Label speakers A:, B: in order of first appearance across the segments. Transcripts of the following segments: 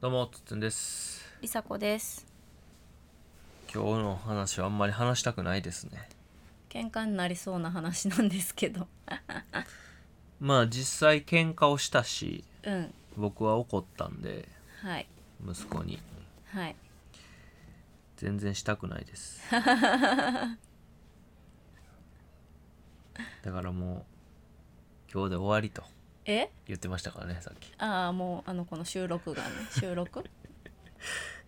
A: どうもつっつんです
B: りさこです
A: 今日の話はあんまり話したくないですね
B: 喧嘩になりそうな話なんですけど
A: まあ実際喧嘩をしたし
B: うん
A: 僕は怒ったんで
B: はい
A: 息子に
B: はい
A: 全然したくないですだからもう今日で終わりと
B: え
A: 言ってましたからねさっき
B: ああもうあのこの収録 がね収録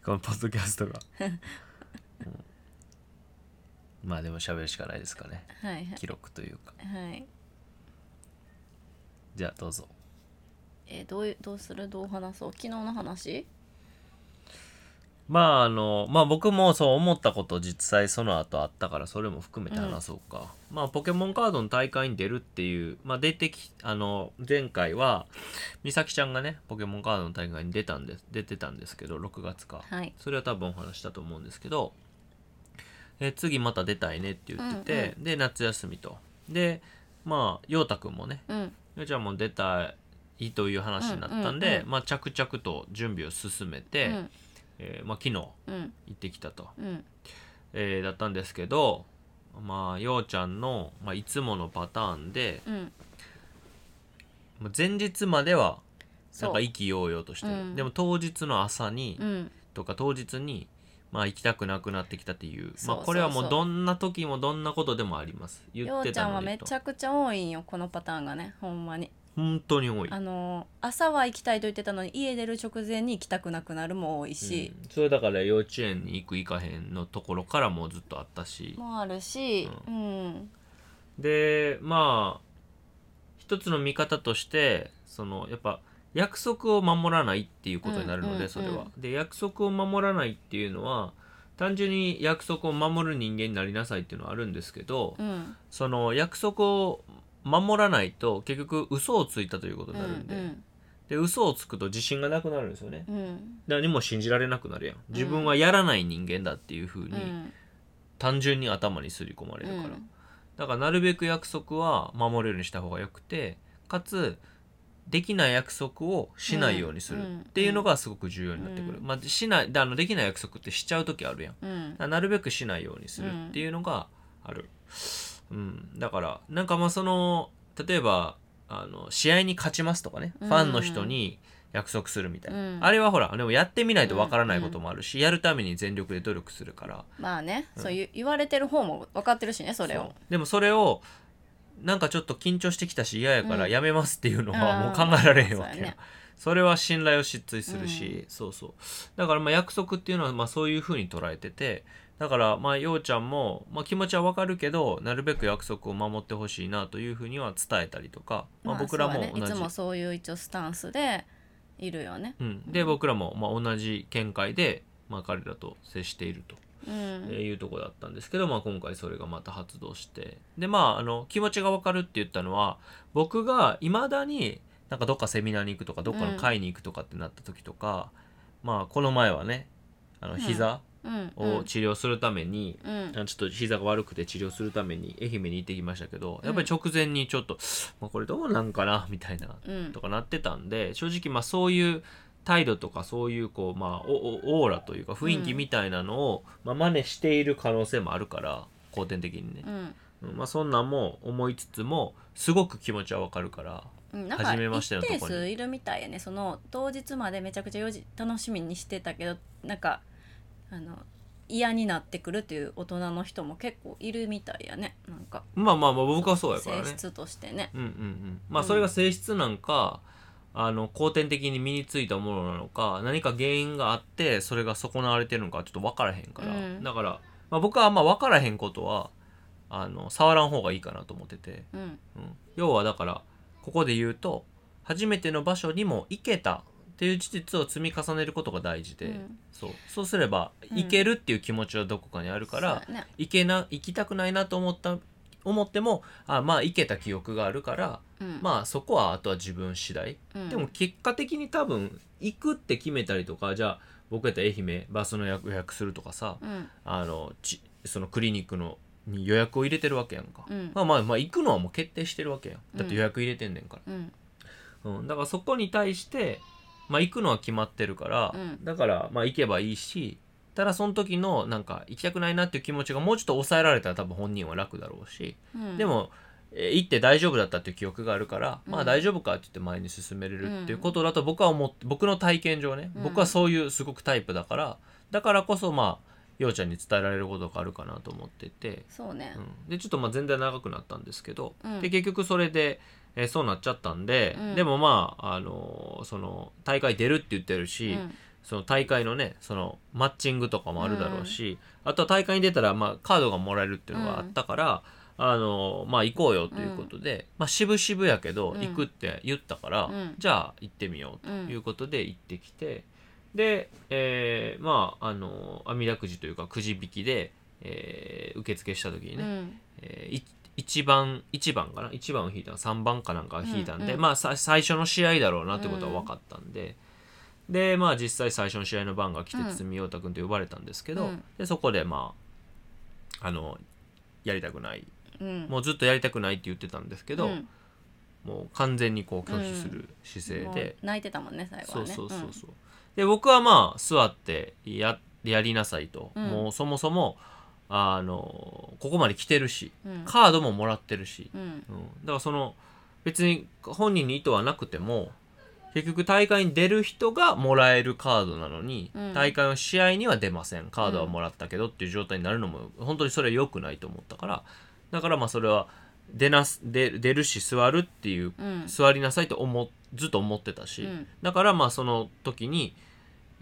A: このポッドキャストが、うんまあでも喋るしかないですかね
B: はい
A: 記録というか
B: はいはい
A: じゃあどうぞ
B: えどういうどうするどう話そう昨日の話
A: まああのまあ僕もそう思ったこと実際その後あったからそれも含めて話そうか、まあポケモンカードの大会に出るっていうまあ出てきあの前回は美咲ちゃんがねポケモンカードの大会に出たんです出てたんですけど6月か、
B: はい
A: それは多分お話したと思うんですけどえ次また出たいねって言ってて、で夏休みとでまあ陽太くんもね
B: うん
A: 陽ちゃんも出たいという話になったんで、
B: うんうんうん
A: まあ着々と準備を進めて、
B: うん
A: えーまあ、昨日
B: うん
A: 行ってきたと、
B: うん
A: えーだったんですけどまあようちゃんの、まあ、いつものパターンで
B: うん
A: まあ前日まではなん
B: そ
A: か
B: う
A: 意気揚々としてる、
B: うん
A: でも当日の朝に、
B: うん
A: とか当日にまあ行きたくなくなってきたっていう
B: そうそ
A: ま
B: うそ
A: あ、
B: う
A: これはもうどんな時もどんなことでもあります言
B: よ
A: っ
B: う
A: て
B: ちゃ
A: た
B: ん
A: の
B: はめ
A: にと
B: ちゃくちゃ多いんよこのパターンがねほんまに
A: 本当に多い
B: あの朝は行きたいと言ってたのに家出る直前に行きたくなくなるも多いし、
A: うんそれだから幼稚園に行く行かへんのところからもうずっとあったし
B: もあるしうん
A: でまあ一つの見方としてそのやっぱ約束を守らないっていうことになるので、
B: うんうんうん
A: それは。で約束を守らないっていうのは単純に約束を守る人間になりなさいっていうのはあるんですけど、
B: うん
A: その約束を守らないと結局嘘をついたということになるんで,、で嘘をつくと自信がなくなるんですよね。
B: うんうん
A: 何も信じられなくなるやん自分はやらない人間だっていうふう
B: う
A: に
B: ん
A: 単純に頭にすり込まれるから、だからなるべく約束は守るようにした方がよくてかつできない約束をしないようにす
B: うんう
A: る
B: ん
A: っていうのがすごく重要になってくる、
B: うん
A: まあ、しないであのできない約束ってしちゃう時あるやんだ
B: うんうん
A: からなるべくしないようにするっていうのがある、うん、だからなんかまあその例えばあの試合に勝ちますとかねフ
B: うん
A: ァンの人に約束するみたいな、
B: うん
A: あれはほらでもやってみないとわからないこともあるし、やるために全力で努力するから
B: まあね、
A: うん
B: そう言う言われてる方も分かってるしねそれ
A: そう
B: を
A: でもそれをなんかちょっと緊張してきたし嫌やから
B: うん
A: やめますっていうの
B: あ
A: は
B: ー
A: もう考えられへんわ
B: そう
A: け
B: や
A: よ、
B: ね
A: それは信頼を失墜するし、そうそうだからまあ約束っていうのはまあそういうふうに捉えててだからまあようちゃんも、まあ、気持ちはわかるけどなるべく約束を守ってほしいなというふうには伝えたりとか、まあ、僕らも
B: そうや
A: 同
B: ね、い
A: じ、
B: つもそういう一応スタンスでいるよね
A: うん、で僕らもまあ同じ見解で、まあ、彼らと接していると
B: う
A: え
B: ん
A: ーいうとこだったんですけど、まあ、今回それがまた発動してでまああの気持ちが分かるって言ったのは僕がいまだになんかどっかセミナーに行くとかどっかの会に行くとかってなった時とか、まあこの前はねあの
B: ん
A: 膝
B: うん
A: を治療するために、
B: うん
A: あのちょっと膝が悪くて治療するために愛媛に行ってきましたけどやっぱり直前にちょっと、まあ、これどうなんかなみたいな
B: うん
A: とかなってたんで正直まあそういう態度とかそういうこうまあおおオーラというか雰囲気みたいなのを、まあ、真似している可能性もあるから後天的にね
B: う、ん
A: うんまあ、そんなんも思いつつもすごく気持ちはわかるから
B: うんなんか
A: 初めましての
B: 一
A: とこに
B: 定数いるみたいやねその当日までめちゃくちゃよじ楽しみにしてたけどなんかあの嫌になってくるっていう大人の人も結構いるみたいやねなんか
A: まあまあまあ僕はそうやからね
B: 性。質としてね
A: うんうんうん、まあそれが性質なんか、あの後天的に身についたものなのか何か原因があってそれが損なわれてるのかちょっと分からへんから、
B: うん
A: だから、まあ、僕はあんま分からへんことはあの触らん方がいいかなと思ってて、
B: うん
A: うん、要はだからここで言うと初めての場所にも行けたっていう事実を積み重ねることが大事で、
B: うん
A: そうそうすれば
B: うん
A: 行けるっていう気持ちはどこかにあるから、
B: そうやね
A: 行けな行きたくないなと思った思ってもあまあ行けた記憶があるから、
B: うん
A: まあそこはあとは自分次第、
B: うん
A: でも結果的に多分行くって決めたりとかじゃあ僕やったら愛媛バスの予約予約するとかさ
B: うん
A: あのちそのクリニックのに予約を入れてるわけやんか、
B: うん
A: まあまあまあ行くのはもう決定してるわけやんだって予約入れてんねんから、
B: うん
A: うん、だからそこに対してまあ行くのは決まってるから、
B: うん
A: だからまあ行けばいいしただその時のなんか行きたくないなっていう気持ちがもうちょっと抑えられたら多分本人は楽だろうし、
B: うん
A: でも、えー行って大丈夫だったっていう記憶があるから、
B: うん
A: まあ大丈夫かって言って前に進めれるっていうことだと僕は思って僕の体験上ね、
B: うん
A: 僕はそういうすごくタイプだからだからこそまあようちゃんに伝えられることがあるかなと思ってて、
B: そうね
A: うん、でちょっとまあ全然長くなったんですけど、
B: うん
A: で結局それで、えーそうなっちゃったんで、
B: うん
A: でもまあ、あのーその大会出るって言ってるし、
B: うん
A: その大会のねそのマッチングとかもあるだろうし、あとは大会に出たら、まあ、カードがもらえるっていうのがあったから、あのまあ行こうよということで、まあ渋々やけど
B: うん
A: 行くって言ったから、
B: うん
A: じゃあ行ってみようということで行ってきて、で、えーまああの網だくじというかくじ引きで、えー受付した時にね、
B: うん
A: えーい一番一番かな一番を引いたの3番かなんかを引いたんで、
B: うんうん
A: まあさ最初の試合だろうなってことは分かったんで、でまあ実際最初の試合の番が来て
B: うん
A: 堤陽太君と呼ばれたんですけど、
B: うん
A: でそこでまああのやりたくない
B: うん
A: もうずっとやりたくないって言ってたんですけど、
B: うん
A: もう完全にこう拒否する姿勢で、
B: もう泣いてたもんね最後
A: そ
B: は
A: う
B: ね
A: そうそうそう、で僕はまあ座ってややりなさいと、
B: うん
A: もうそもそもあのここまで来てるし
B: うん
A: カードももらってるし、
B: うん
A: うん、だからその別に本人に意図はなくても結局大会に出る人がもらえるカードなのに、
B: うん
A: 大会の試合には出ませんカードはもらったけどっていう状態になるのも本当にそれは良くないと思ったからだからまあそれは出なす出出るし座るっていう
B: うん
A: 座りなさいと思っずっと思ってたし、
B: うん
A: だからまあその時に、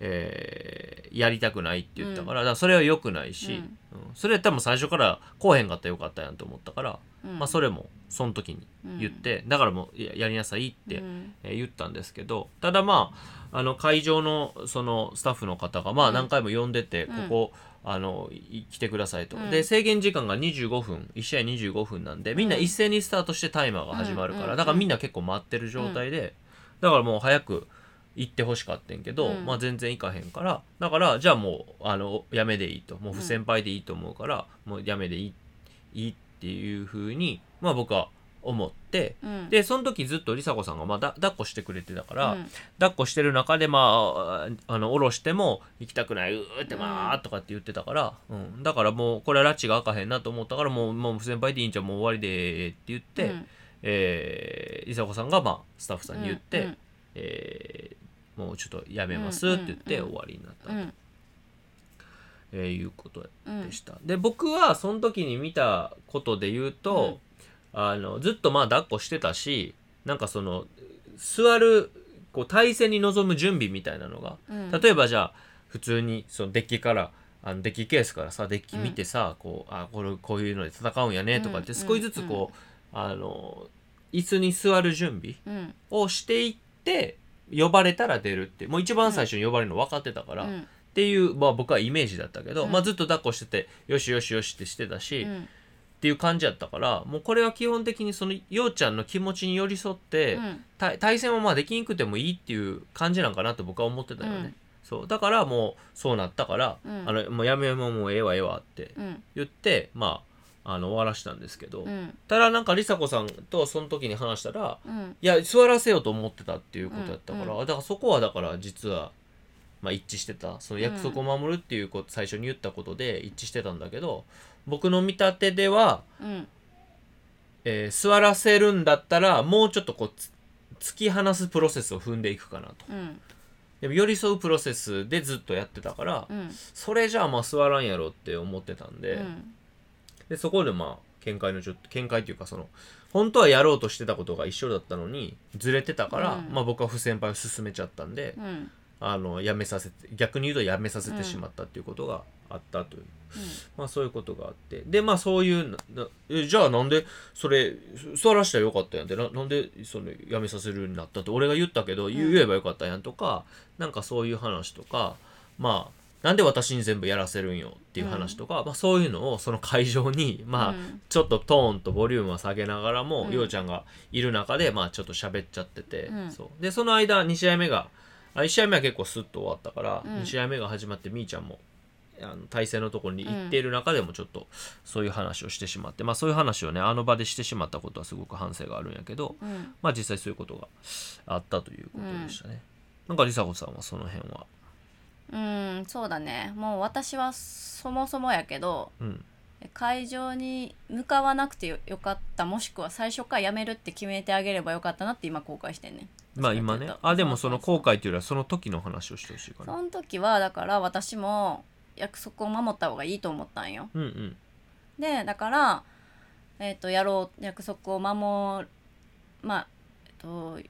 A: えーやりたくないって言ったから,、だからそれは良くないし、
B: うん
A: うんそれやったらもう最初からこうへんかったらよかったやんと思ったから、
B: うん
A: まあ、それもその時に言って、だからもうややりなさいって、
B: うん
A: えー言ったんですけどただまああの会場のそのスタッフの方がま
B: う
A: あ
B: ん
A: 何回も呼んでて、
B: うん
A: ここあのい来てくださいと、
B: うん
A: で制限時間が25分1試合25分なんでみんな一斉にスタートしてタイマーが始まるから、
B: うん
A: だからみんな結構待ってる状態で、だからもう早く行ってほしかったんけど、
B: うん
A: まあ全然行かへんからだからじゃあもうあのやめでいいともう不先輩でいいと思うから、もうやめでいいいいっていうふうにまあ僕は思って、
B: うん
A: でその時ずっと梨紗子さんが、まあ、だ抱っこしてくれてたから、
B: うん
A: 抱っこしてる中でまああの下ろしても行きたくないうーってまあとかって言ってたから、うん、だからもうこれは拉致が開かへんなと思ったからもうもう先輩でいいんじゃんもう終わりでーって言って、
B: うん
A: えー梨紗子さんがまあスタッフさんに言って、
B: うん
A: えーもうちょっとやめますって言って
B: うんうん
A: 終わりになった
B: う
A: と、
B: ん
A: えーいうことで
B: うん
A: でした。で僕はその時に見たことで言うと、あのずっとまあ抱っこしてたしなんかその座るこう体勢に臨む準備みたいなのが
B: うん
A: 例えばじゃあ普通にそのデッキからあのデッキケースからさデッキ見てさ、こうあこれこういうので戦うんやねとかって
B: うん
A: 少しずつこう、あの椅子に座る準備
B: うん
A: をしていって呼ばれたら出るってもう一番最初に呼ばれるの分かってたから、
B: うん
A: っていう、まあ、僕はイメージだったけど、
B: うん
A: まあ、ずっと抱っこしててよしよしよしってしてたし、
B: う
A: っ
B: ん
A: ていう感じやったからもうこれは基本的にそのようちゃんの気持ちに寄り添って、
B: うん
A: た対戦はまあできにくてもいいっていう感じなんかなと僕は思ってたよね、
B: うん
A: そうだからもうそうなったから、
B: うん
A: あのもうやめようもうええわええわって
B: うん
A: 言って、まあ、あの終わらしたんですけど、
B: うん
A: ただなんか梨紗子さんとその時に話したら
B: うん
A: いや座らせようと思ってたっていうことやったから、
B: うん
A: だからそこはだから実は、まあ、一致してたその約束を守るっていうこと、最初に言ったことで一致してたんだけど僕の見立てでは、
B: うん
A: えー座らせるんだったらもうちょっとこうつ突き放すプロセスを踏んでいくかなと
B: うん
A: でも寄り添うプロセスでずっとやってたから、
B: うん
A: それじゃあまあ座らんやろって思ってたんで,、
B: うん
A: でそこでまあ見解のちょっと見解というかその本当はやろうとしてたことが一緒だったのにずれてたから、
B: うん
A: まあ、僕は不先輩を進めちゃったんで、
B: うん
A: あのやめさせて逆に言うとやめさせ
B: う
A: て
B: ん
A: しまったっていうことがあったという、まあそういうことがあってでまあそういうななえじゃあなんでそれ座らしたらよかったやんってななんでそのやめさせるようになったって俺が言ったけど言言えばよかったやんとか、なんかそういう話とかまあなんで私に全部やらせるんよっていう話とか、まあ、そういうのをその会場にまあ、
B: うん
A: ちょっとトーンとボリュームは下げながらも、
B: うん
A: ようちゃんがいる中で、まあ、ちょっと喋っちゃってて、
B: うん
A: そうでその間2試合目があ1試合目は結構スッと終わったから、
B: うん
A: 2試合目が始まってみーちゃんもあの対戦のところに行っている中でもちょっとそういう話をしてしまって、まあ、そういう話をねあの場でしてしまったことはすごく反省があるんやけど、
B: うん
A: まあ、実際そういうことがあったということでしたね。なんか梨紗子さんはその辺は
B: うんそうだねもう私はそもそもやけど
A: うん
B: 会場に向かわなくてよよかったもしくは最初からやめるって決めてあげればよかったなって今後悔してんね
A: まあ今
B: そう
A: ね
B: そうそう
A: あでもその後悔というよりはその時の話をしてほしいかな
B: その時はだから私も約束を守った方がいいと思ったんよ
A: うんうん
B: でだから、えっとやろう約束を守るまあ、えっと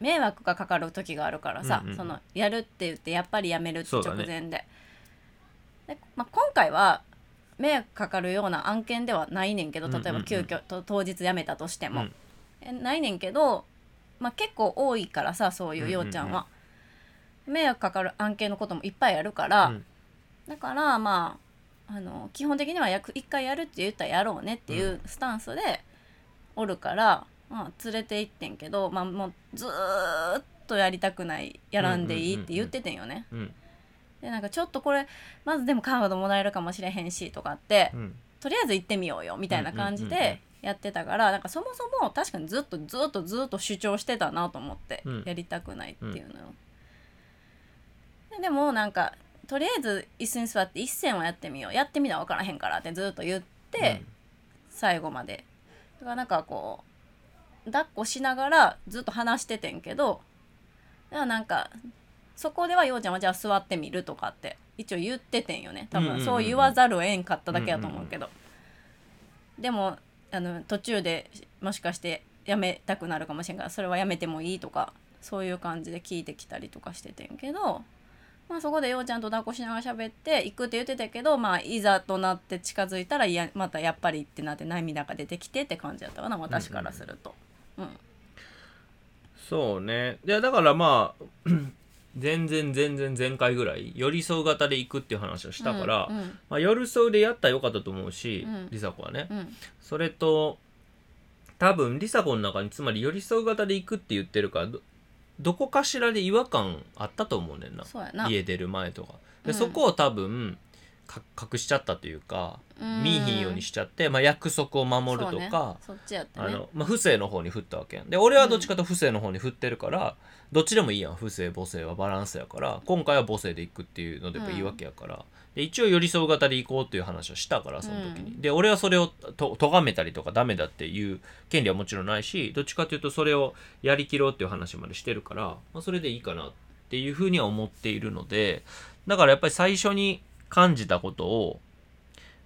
B: 迷惑がかかる時があるからさ、
A: うんうん
B: そのやるって言ってやっぱりやめるって
A: そう
B: 直
A: だね
B: 前で,、でまあ、今回は迷惑かかるような案件ではないねんけど
A: うんうん
B: 例
A: うん
B: えば急遽、と当日やめたとしても、
A: うん
B: えないねんけど、まあ、結構多いからさそういうようちゃんは、迷惑かかる案件のこともいっぱいあるから、
A: うん
B: だからまああの基本的には約一回やるって言ったらやろうねっていうスタンスでおるから、まあ、連れて行ってんけど、まあ、もうずーっとやりたくないやらんでいいって言っててんよね。
A: うん
B: でなんかちょっとこれまずでもカードもらえるかもしれへんしとかって
A: う、ん
B: とりあえず行ってみようよみたいな感じ
A: うんうんうんうん
B: でやってたから、なんかそもそも確かにずっとずっとずっと主張してたなと思って、
A: うん
B: やりたくないっていうのよ、ででもなんかとりあえず椅子に座って一線はやってみようやってみな分からへんからってずっと言って、最後までだからなんかこう抱っこしながらずっと話しててんけどだからなんかそこではようちゃんはじゃあ座ってみるとかって一応言っててんよね多
A: うんうんうんう
B: 分
A: ん
B: そう言わざるをえんかっただけやと思うけど、でもあの途中でもしかしてやめたくなるかもしれんからそれはやめてもいいとかそういう感じで聞いてきたりとかしててんけどまあそこでようちゃんと抱っこしながら喋って行くって言ってたけどまあいざとなって近づいたらいやまたやっぱりってなって涙が出てきてって感じだったかな私からすると。うん
A: そうねいやだからまあ 全然全然前回ぐらい寄り添う型で行くっていう話をしたから、
B: うんうん
A: まあ、寄り添うでやったらよかったと思うし、
B: うん
A: 梨紗子はね、
B: うん
A: それと多分梨紗子の中につまり寄り添う型で行くって言ってるからどどこかしらで違和感あったと思うねんな
B: そうやな
A: 家出る前とかで、
B: うん
A: そこを多分か隠しちゃったというか
B: うん
A: 見いひんようにしちゃって、まあ、約束を守るとか、
B: そうね、そっちやってね
A: あのまあ、不正の方に振ったわけやんで俺はどっちかというと不正の方に振ってるから、どっちでもいいやん不正母性はバランスやから今回は母性でいくっていうのでやっぱいいわけやから、で一応寄り添う型でいこうっていう話をしたからその時に、
B: う
A: で俺はそれをと咎めたりとかダメだっていう権利はもちろんないしどっちかというとそれをやりきろうっていう話までしてるから、まあ、それでいいかなっていうふうには思っているのでだからやっぱり最初に感じたことを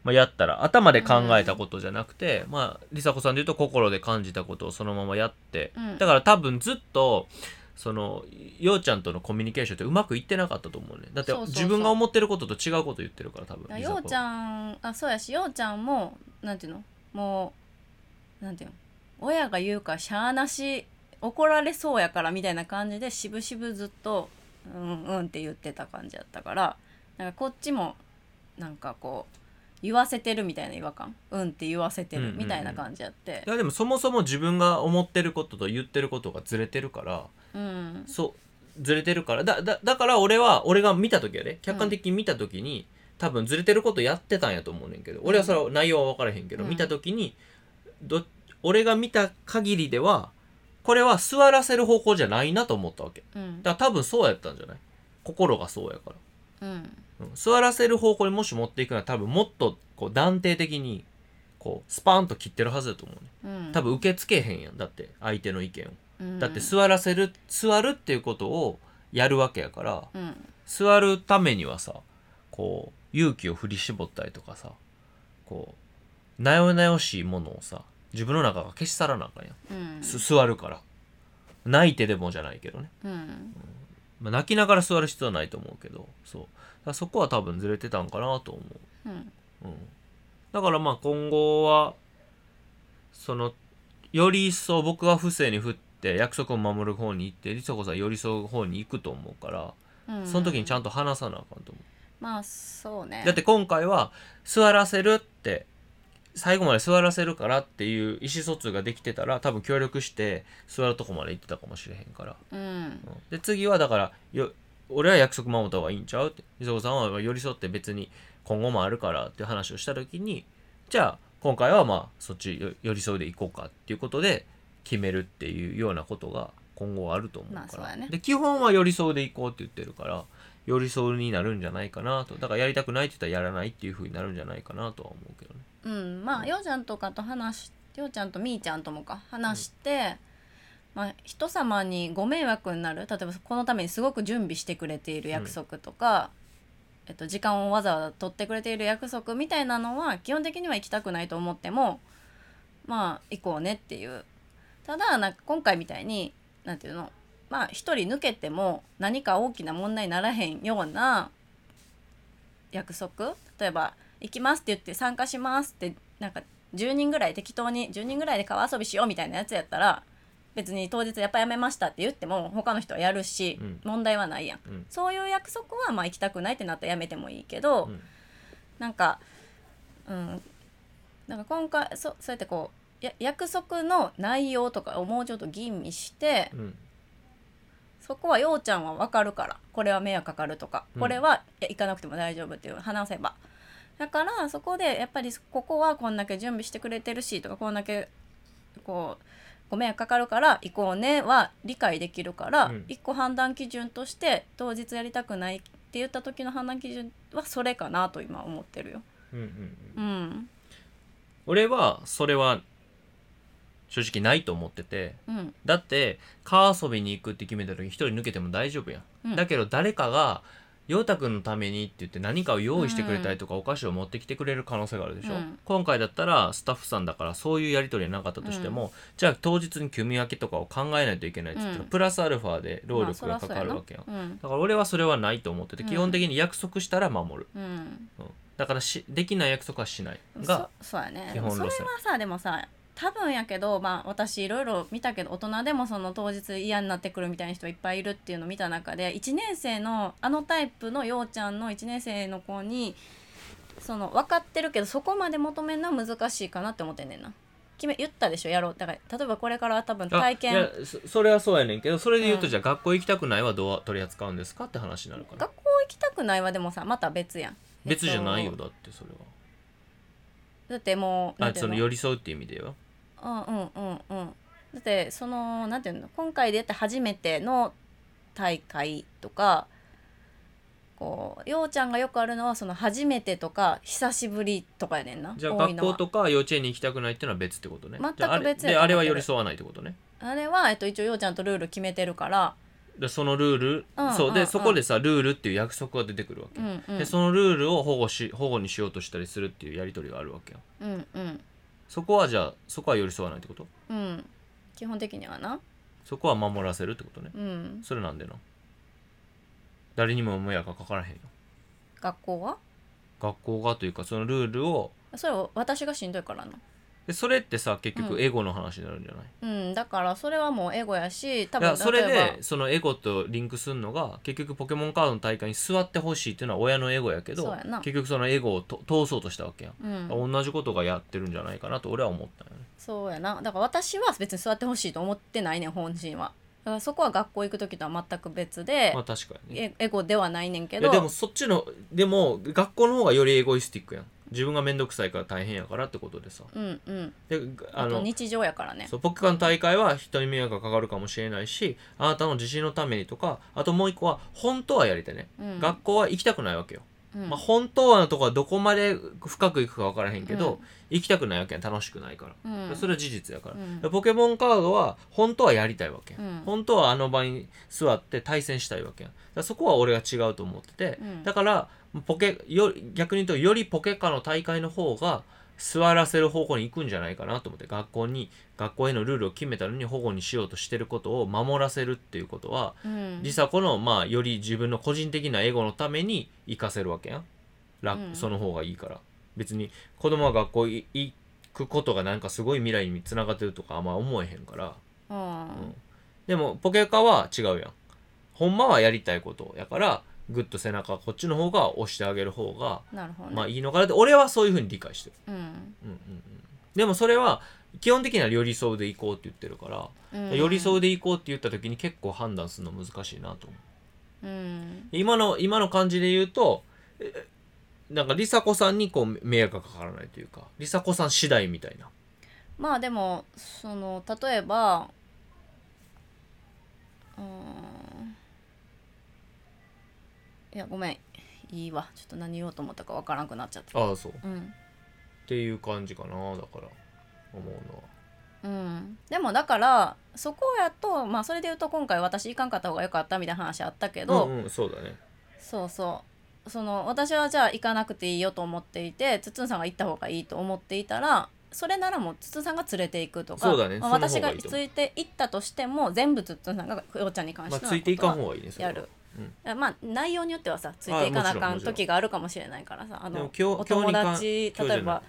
A: まあ、やったら頭で考えたことじゃなくて、まあ梨紗子さんで言うと心で感じたことをそのままやって、
B: うん
A: だから多分ずっとそのようちゃんとのコミュニケーションってうまくいってなかったと思うねだって
B: そうそうそう
A: 自分が思ってることと違うこと言ってるから多
B: だか
A: 分
B: ら
A: 梨紗
B: よ
A: 子
B: うちゃんあそうやしようちゃんもなんていうのもうなんていうの親が言うからしゃあなし怒られそうやからみたいな感じでしぶしぶずっと「うんうん」って言ってた感じやったからなんかこっちもなんかこう言わせてるみたいな違和感「うん」って言わせて
A: うんうん
B: る
A: うん
B: みたいな感じやって
A: いやでもそもそも自分が思ってることと言ってることがずれてるから
B: うん
A: そうずれてるからだだだから俺は俺が見た時やで客観的に見た時に、多分ずれてることやってたんやと思うねんけど俺はそれは内容は分からへんけど、
B: うん
A: 見た時にど俺が見た限りではこれは座らせる方向じゃないなと思ったわけ
B: うん
A: だから多分そうやったんじゃない心がそうやから、
B: うん
A: うん座らせる方向にもし持っていくなら多分もっとこう断定的にこうスパーンと切ってるはずだと思うね
B: うん
A: 多分受け付けへんやんだって相手の意見を
B: うん
A: だって座らせる座るっていうことをやるわけやから
B: うん
A: 座るためにはさこう勇気を振り絞ったりとかさこうなよなよしいものをさ自分の中が消し去らなあかんやん、
B: うん
A: す座るから泣いてでもじゃないけどね、
B: うん
A: まあ、泣きながら座る必要はないと思うけどそうだからそこは多分ずれてたんかなと思う
B: うん
A: うん、だからまあ今後はそのより一層僕は不正に振って約束を守る方に行ってりさこさん寄り添う方に行くと思うから
B: うん
A: その時にちゃ
B: ん
A: んと話さなあかんと思う、
B: まあそうね
A: だって今回は座らせるって最後まで座らせるからっていう意思疎通ができてたら多分協力して座るとこまで行ってたかもしれへんから、
B: うん
A: うんで次はだからよ俺は約束守った方がいいんちゃうってりさこさんは寄り添って別に今後もあるからっていう話をした時にじゃあ今回はまあそっちよ寄り添うでいこうかっていうことで決めるっていうようなことが今後はあると思う
B: まあ
A: か
B: そう
A: ら、
B: だね
A: で基本は寄り添うでいこうって言ってるから寄り添うになるんじゃないかなとだからやりたくないって言ったらやらないっていうふうになるんじゃないかなとは思うけどね
B: うんまあようちゃんとかと話しようちゃんとみーちゃんともか話して、まあ、人様にご迷惑になる例えばこのためにすごく準備してくれている約束とか、えっと、時間をわざわざ取ってくれている約束みたいなのは基本的には行きたくないと思ってもまあ行こうねっていうただなんか今回みたいになんていうのまあ一人抜けても何か大きな問題にならへんような約束例えば「行きます」って言って「参加します」ってなんか10人ぐらい適当に10人ぐらいで川遊びしようみたいなやつやったら別に当日やっぱやめましたって言っても他の人はやるし、
A: うん
B: 問題はないやん
A: うん
B: そういう約束はまあ行きたくないってなったらやめてもいいけど、
A: うん
B: なんかうんなんか今回そそうやってこうや約束の内容とかをもうちょっと吟味して、
A: うん
B: そこはようちゃんは分かるからこれは迷惑かかるとか
A: うん
B: これは、いや行かなくても大丈夫っていう話せばだからそこでやっぱりここはこんだけ準備してくれてるしとかこんだけこうご迷惑かかるから行こうねは理解できるから、
A: うん
B: 一個判断基準として当日やりたくないって言った時の判断基準はそれかなと今思ってるよ。
A: うんうんうん
B: うん、
A: 俺はそれは正直ないと思ってて
B: うん、
A: だって川遊びに行くって決めた時に一人抜けても大丈夫やん、
B: うん
A: だけど誰かが陽太くんのためにって言って何かを用意してくれたりとかお菓子を持ってきてくれる可能性があるでしょ、
B: うん
A: 今回だったらスタッフさんだからそういうやり取りはなかったとしても、じゃあ当日に組み分けとかを考えないといけないって言ったら、
B: うん
A: プラスアルファで労力
B: ま
A: が
B: あそ
A: からか
B: そや
A: る
B: な
A: わけやん、
B: うん、
A: だから俺はそれはないと思ってて
B: うん
A: 基本的に約束したら守る、
B: うん、
A: うんだからしできない約束はしないが
B: そそうやね
A: 基本路線
B: でもそれはさでもさ多分やけど、まあ、私いろいろ見たけど大人でもその当日嫌になってくるみたいな人いっぱいいるっていうのを見た中で1年生のあのタイプのようちゃんの1年生の子にその分かってるけどそこまで求めるのは難しいかなって思ってんねんな。決め言ったでしょやろうだから例えばこれから多分
A: あ
B: 体
A: いや
B: 験
A: そそれはそうやねんけどそれで言うと、
B: うん
A: じゃあ学校行きたくないはどう取り扱うんですかって話になるから
B: 学校行きたくないはでもさまた別やん。
A: 別じゃないよ
B: えっと
A: だってそれは
B: だってもうなん
A: あ
B: てい
A: そうの
B: の
A: 寄り添うって意味でよ
B: うんうんうんうんだってそのなんていうの今回でやって初めての大会とかこうようちゃんがよくあるのはその初めてとか久しぶりとかやねんな
A: じゃあ
B: 多い
A: 学
B: の
A: 校
B: は
A: とか幼稚園に行きたくないってのは別ってことね
B: 全く
A: じゃああれ
B: 別やと思ってる
A: であれは寄り添わないってことね
B: あれは、えっと、一応ようちゃんとルール決めてるから、
A: でそのルール、
B: うん
A: そううんで、
B: うん
A: そこでさルールっていう約束が出てくるわけ、
B: うんうん、
A: でそのルールを保護し保護にしようとしたりするっていうやり取りがあるわけよ
B: うんうん
A: そこはじゃあそこは寄り添わないってこと
B: うん基本的にはな
A: そこは守らせるってことね
B: うん
A: それなんでな誰にも迷惑がかからへんよ
B: 学校は
A: 学校がというかそのルールを
B: それは私がしんどいからな
A: でそれってさ結
B: う
A: 局
B: ん
A: エゴの話になるんじゃない、
B: うんだからそれはもうエゴやし多
A: だから
B: 分
A: それ
B: 例え
A: でそのエゴとリンクするのが結局ポケモンカードの大会に座ってほしいっていうのは親のエゴやけ
B: そう
A: ど
B: やな
A: 結局そのエゴをと通そうとしたわけやん、
B: ばうん
A: 同じことがやってるんじゃないかなと俺は思ったよね
B: そうやなだから私は別に座ってほしいと思ってないねん本心はだからそこは学校行く時とは全く別で、
A: まあ確かにね
B: えエゴではないねんけ
A: い
B: ど
A: やでもそっちのでも学校の方がよりエゴイスティックやん自分が面倒くさいから大変やからってことでさ
B: うんうん
A: であ
B: あと
A: の
B: 日常やからね
A: そうポケカの大会は人に迷惑がかかるかもしれないしあなたの自信のためにとかあともう一個は本当はやりたいね、
B: うん
A: 学校は行きたくないわけよ、
B: うん
A: まあ、本当はのとこはどこまで深く行くか分からへんけど、
B: うん
A: 行きたくないわけやん楽しくないから、
B: うん
A: それは事実やから、
B: うん
A: でポケモンカードは本当はやりたいわけやん、
B: うん
A: 本当はあの場に座って対戦したいわけやんだからそこは俺が違うと思ってて、
B: うん
A: だからポケよ逆に言うとよりポケカの大会の方が座らせる方向に行くんじゃないかなと思って学校に学校へのルールを決めたのに保護にしようとしてることを守らせるっていうことは、
B: うん
A: 梨紗子のまあより自分の個人的なエゴのために活かせるわけやん、楽
B: うん
A: その方がいいから別に子供は学校い行くことがなんかすごい未来につながってるとかあんま思えへんから、
B: う
A: うん
B: ん、
A: でもポケカは違うやんほんまはやりたいことやからグッと背中こっちの方が押してあげる方が
B: なるほどね、
A: まあいいのかなって俺はそういうふうに理解してる、
B: うん
A: うんうんうん、でもそれは基本的には寄り添うでいこうって言ってるから、
B: うん、
A: 寄り添う
B: う、
A: でいこうって言った時に結構判断するの難しいなと思う
B: うん、
A: 今の今の感じで言うとえなんか梨紗子さんにこう迷惑がかからないというか梨紗子さん次第みたいな
B: まあでもその例えばいやごめんいいわちょっと何言おうと思ったかわからんくなっちゃった
A: ああそうっ
B: うん
A: ていう感じかなだから思うのは
B: うん、でもだからそこやと、まあ、それで言うと今回私行かんかった方が良かったみたいな話あったけど、
A: うんうんそうだね
B: そうそうその私はじゃあ行かなくていいよと思っていてつつんさんが行った方がいいと思っていたらそれならもうつつんさんが連れて行くとか
A: そうだね
B: まあ
A: その方
B: 私
A: が
B: が
A: いいと思う
B: ついて行ったとしても全部つつんさんがよっちゃんに関
A: まあ
B: して
A: ついていかん方がいいねそれは
B: やる
A: うん
B: あまあ内容によってはさついていかなあ
A: あも
B: かん
A: ちろんもちろん
B: 時があるかもしれないからさあ
A: でも
B: の
A: 今日
B: お
A: 今日
B: 友
A: に関
B: 達
A: 今日じゃな
B: 例
A: い
B: えば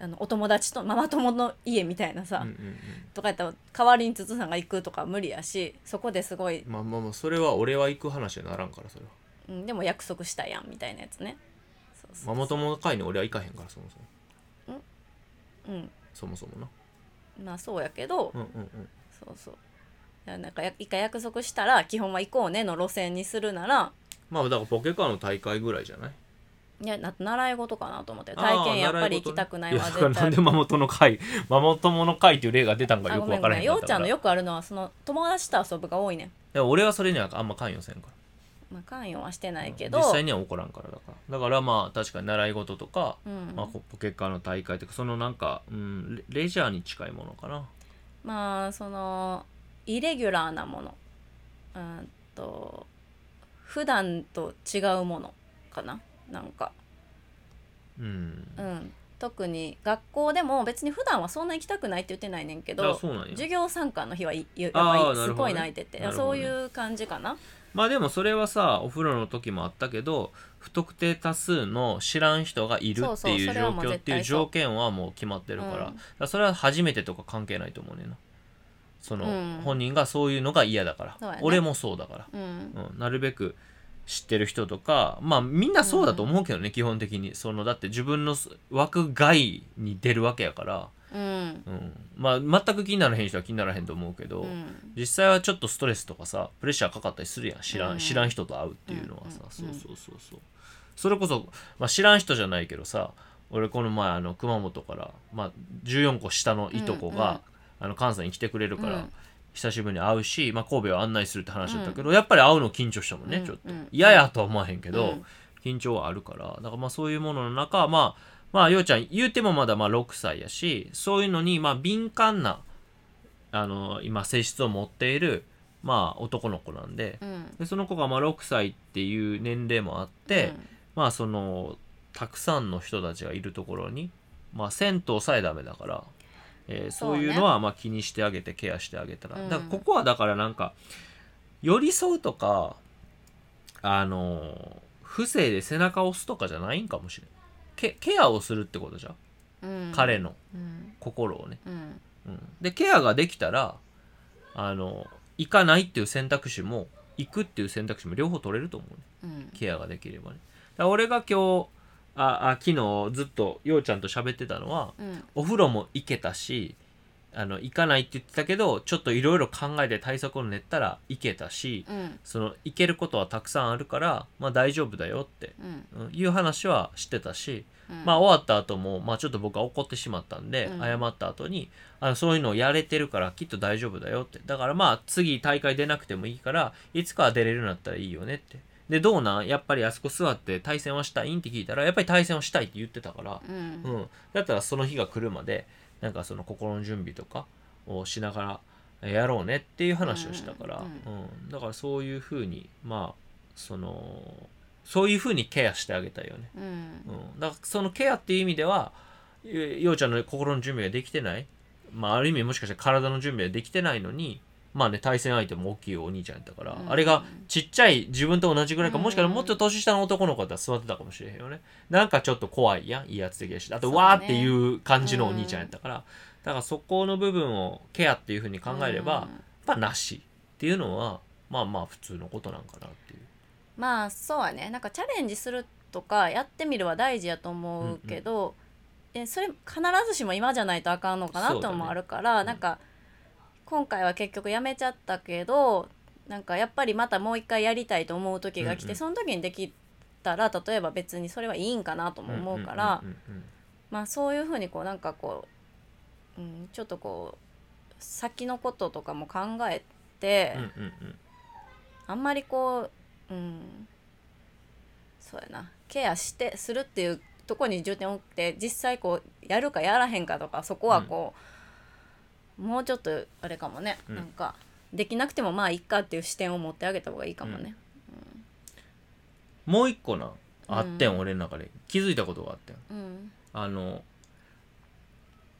B: あのお友達とママ友の家みたいなさ、
A: うんうん
B: とかやったら代わりにつつさんが行くとか無理やしそこですごい
A: うん、まあまあまあそれは俺は行く話にならんからそれは
B: うんでも約束したやんみたいなやつねそうそう
A: ママ友の会に俺は行かへんからそもそも
B: うん
A: そもそもな
B: まあそうやけど、
A: うんうんうん
B: そうそういやなんかや一回約束したら基本は行こうねの路線にするなら
A: まあだからポケカーの大会ぐらいじゃない
B: いやな習い事かなと思って体験やっぱり行きたくないわ
A: やだ
B: 絶
A: からなん
B: 対
A: で ママ友の会ママ友の会っていう例が出たんか
B: あ
A: よ
B: ご
A: く
B: め
A: わ
B: ん
A: か
B: ご
A: ら
B: め
A: へ
B: ん
A: んか
B: よ
A: っ
B: う
A: た
B: ちゃ
A: か
B: んの
A: ら
B: よくあるのはその友達と遊ぶが多いねん、
A: でも俺はそれにはあんま関与せんから
B: まあ、関与はしてないけど
A: 実際には起こらんからだからだからまあ確かに習い事とか、
B: うん
A: まあ、ポケカーの大会とかそのなんか、うん、レレジャーに近いものかな
B: まあそのイレギュラーなものうんと普段と違うものかななんか
A: うん、
B: うん特に学校でも別に普段はそんな行きたくないって言ってないねんけど
A: あそうなんや
B: 授業参観の日はいいやっ
A: あーな
B: ぱりす
A: るほど
B: ご
A: ね
B: い泣いてて、
A: なるほ
B: そ
A: ど
B: う
A: ね
B: いう感じかな
A: まあでもそれはさお風呂の時もあったけど不特定多数の知らん人がいる
B: そう
A: っ
B: そう
A: ていう
B: それ
A: 状
B: はもう
A: 況っ
B: 絶
A: ていう
B: 対そう
A: 条件はもう決まってるから,、
B: うん
A: それは初めてとか関係ないと思うねんなその、
B: うん
A: 本人がそういうのが嫌だから
B: そうやね
A: 俺もそうだから、
B: うん
A: うん、なるべく知ってる人とかまあみんなそうだと思うけどね、基本的にそのだって自分の枠外に出るわけやから、
B: うん
A: うん、まあ全く気にならへん人は気にならへんと思うけど、
B: うん
A: 実際はちょっとストレスとかさプレッシャーかかったりするやん知らん,、
B: うん
A: 知らん人と会うっていうのはさ、
B: うんうん
A: そうそうそうそうそれこそ、まあ、知らん人じゃないけどさ俺この前あの熊本から、まあ、14個下のいとこが、あの関西に来てくれるから、
B: うん
A: 久しぶりに会うし、まあ、神戸を案内するって話だったけど、やっぱり会うの緊張したもんね、
B: うん
A: ちょっと
B: うん
A: 嫌やとは思わへんけど、
B: うん
A: 緊張はあるからだからまあそういうものの中まあまあようちゃん言うてもまだまあ6歳やしそういうのにまあ敏感なあの今性質を持っているまあ男の子なんで
B: うん
A: でその子がまあ6歳っていう年齢もあって、まあそのたくさんの人たちがいるところにまあ銭湯さえダメだから、えー
B: そ
A: そう
B: うね
A: いうのはまあ気にしてあげてケアしてあげたら、
B: うん
A: だからここはだからなんか寄り添うとかあの不正で背中を押すとかじゃないんかもしれんケケアをするってことじゃん、
B: うんうん
A: 彼の
B: うん
A: 心をね、
B: うん
A: うん、でケアができたらあの行かないっていう選択肢も行くっていう選択肢も両方取れると思うね
B: うん
A: ケアができればねだから俺が今日ああ昨日ずっとようちゃんと喋ってたのは
B: うん
A: お風呂も行けたしあの行かないって言ってたけどちょっといろいろ考えて対策を練ったら行けたし
B: うん
A: その行けることはたくさんあるから、まあ、大丈夫だよって
B: うん
A: うんいう話はしてたし、
B: うん
A: まあ、終わった後も、まあ、ちょっと僕は怒ってしまったんで、
B: うん
A: 謝った後にあのそういうのをやれてるからきっと大丈夫だよってだからまあ次大会出なくてもいいからいつかは出れるようになったらいいよねってでどうなんやっぱりあそこ座って対戦はしたいんって聞いたらやっぱり対戦はしたいって言ってたから、
B: うん
A: うん、だったらその日が来るまでなんかその心の準備とかをしながらやろうねっていう話をしたから、う
B: うん
A: だからそういうふうにまあそのそういうふうにケアしてあげたいよね、
B: うん
A: うん、だからそのケアっていう意味ではよようちゃんの心の準備ができてない、まあ、ある意味もしかしたら体の準備ができてないのにまあね対戦相手も大きいお兄ちゃんやったから、
B: うん
A: あれがちっちゃい自分と同じぐらいか、
B: うん
A: もしかしたらもっと年下の男の子だったら座ってたかもしれへんよねなんかちょっと怖いやん威圧的やしあと、
B: そうね
A: わーっていう感じのお兄ちゃんやったから、だからそこの部分をケアっていうふうに考えれば、
B: う
A: やっ
B: ん
A: ぱなしっていうのはまあまあ普通のことなんかなっていう。
B: まあそうやねなんかチャレンジするとかやってみるは大事やと思うけど、えそれ必ずしも今じゃないとあかんのかな
A: そうだ
B: と
A: ね
B: もあるから、
A: ん
B: なんか今回は結局やめちゃったけどなんかやっぱりまたもう一回やりたいと思う時が来て、
A: うんうん
B: その時にできたら例えば別にそれはいいんかなとも思うから、
A: んうんうん
B: まあそういうふうにこうなんかこう、うん、ちょっとこう先のこととかも考えて、
A: うんうんうんうん
B: あんまりこう、うん、そうやなケアしてするっていうとこに重点を置いて実際こうやるかやらへんかとかそこはこう、もうちょっとあれかもね、
A: うん
B: なんかできなくてもまあいっかっていう視点を持ってあげた方がいいかもね、
A: もう一個なあってん、俺の中で気づいたことがあってん
B: うん
A: あの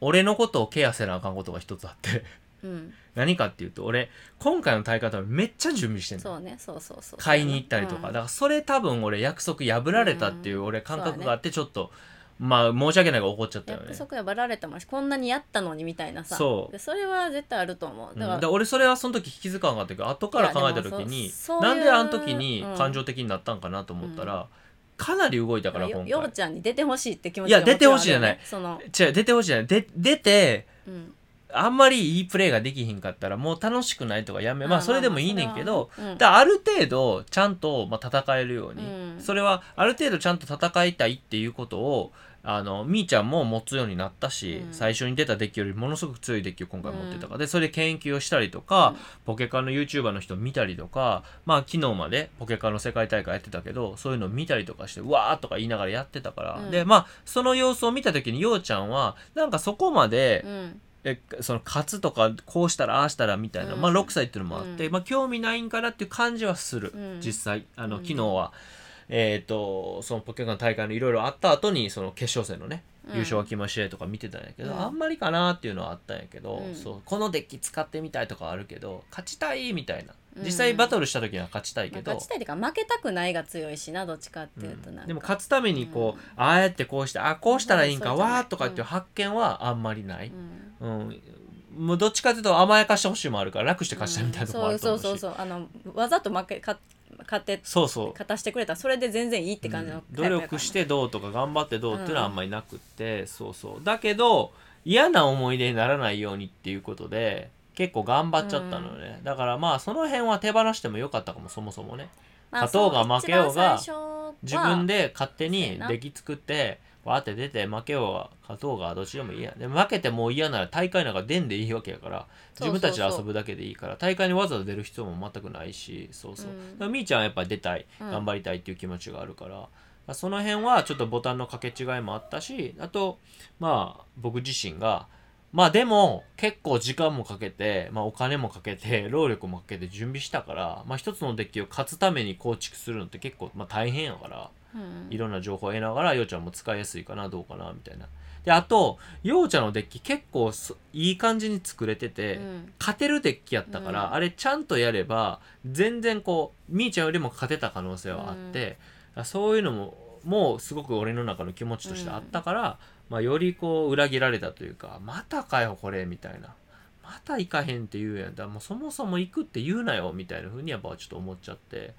A: 俺のことをケアせなあかんことが一つあって
B: うん
A: 何かっていうと俺今回の大会のためにめっちゃ準備してんの
B: そうねそうそうそう
A: 買いに行ったりとか、だからそれ多分俺約束破られたっていううん俺感
B: そう
A: 覚
B: だね
A: があってちょっと、まあ申し訳ないが怒っちゃったよ
B: 約
A: ね
B: 束破られてもあるしこんなにやったのにみたいなさ
A: そう
B: でそれは絶対あると思う
A: うん
B: だ
A: だ
B: から、
A: から俺それはその時気づかなかったけど後から考えた時
B: い
A: に
B: やでもそうそうい
A: な
B: う
A: んであの時に
B: うん
A: 感情的になったんかなと思ったら、かなり動いたから
B: よ
A: 今
B: よう
A: 回
B: ちゃんに出てほしいって気持ち
A: いや出てほしいじゃない
B: もちろんあるよね
A: 違う出てほしいじゃないで出て
B: その、うん、
A: あんまりいいプレーができひんかったらもう楽しくないとかやめまあそれでもいいねんけど、
B: それはうん
A: だからある程度ちゃんとまあ戦えるように、
B: うん
A: それはある程度ちゃんと戦いたいっていうことをあのみーちゃんも持つようになったし、
B: うん
A: 最初に出たデッキよりものすごく強いデッキを今回持ってたから、でそれで研究をしたりとか、ポケカの YouTuber の人見たりとかまあ昨日までポケカの世界大会やってたけどそういうの見たりとかしてうわーとか言いながらやってたから、
B: うん
A: でまあその様子を見た時にようちゃんはなんかそこまで、
B: うん
A: えその勝つとかこうしたらああしたらみたいな、
B: うん
A: まあ6歳っていうのもあって、
B: うん
A: まあ興味ないんかなっていう感じはする、
B: うん
A: 実際あの
B: うん
A: 昨日は、えっ、とそのポケカの大会のいろいろあった後にその決勝戦のね
B: うん
A: 優勝は決まり試合とか見てたんやけど、
B: うん
A: あんまりかなっていうのはあったんやけど、
B: うん
A: そうこのデッキ使ってみたいとかはあるけど勝ちたいみたいな
B: うん
A: 実際バトルした時には勝ちたい
B: ま
A: け
B: あ
A: ど、
B: 勝ちたいというか負けたくないが強いしなどっちかっていうとなんか、
A: でも勝つためにこう、ああやってこうしてあこうしたらいいんか、わーとかっていう発見はあんまりない、
B: うん
A: うん、もうどっちかというと甘やかしてほしいもあるから楽して貸したみたいなとこもあると思うし、
B: そ
A: そう
B: うそうそうそうあのわざと負けか勝って
A: そう
B: 勝たしてくれたらそれで全然いいって感じの、
A: うん努力してどうとか頑張ってどうっていうのはあんまりなくって、そうそうだけど嫌な思い出にならないようにっていうことで結構頑張っちゃったのよね、だからまあその辺は手放してもよかったかもそもそもね勝とうが負けようが自分
B: で
A: で勝手
B: そう
A: に
B: やな
A: 出来作ってわーって出て負けようが勝とうがどっちでもいいやで負けてもう嫌なら大会なんか出んでいいわけやから
B: そう
A: 自
B: そう
A: 分たちで
B: そう
A: 遊ぶだけでいいから大会にわざわざ出る必要も全くないしそうそう、
B: うん
A: でもみーちゃんはやっぱ出たい
B: うん
A: 頑張りたいっていう気持ちがあるから、まあその辺はちょっとボタンの掛け違いもあったしあとまあ僕自身がまあでも結構時間もかけて、まあ、お金もかけて労力もかけて準備したから、まあ、一つのデッキを勝つために構築するのって結構まあ大変やからいろんな情報を得ながらようちゃんも使いやすいかなどうかなみたいな。であとようちゃんのデッキ結構そいい感じに作れてて、勝てるデッキやったから、
B: うん
A: あれちゃんとやれば全然こうみーちゃんよりも勝てた可能性はあって、そういうのももうすごく俺の中の気持ちとしてあったから、まあ、よりこう裏切られたというか「またかよこれ」みたいな「また行かへん」って言うやんだからもうそもそも行くって言うなよみたいな風にやっぱちょっと思っちゃって、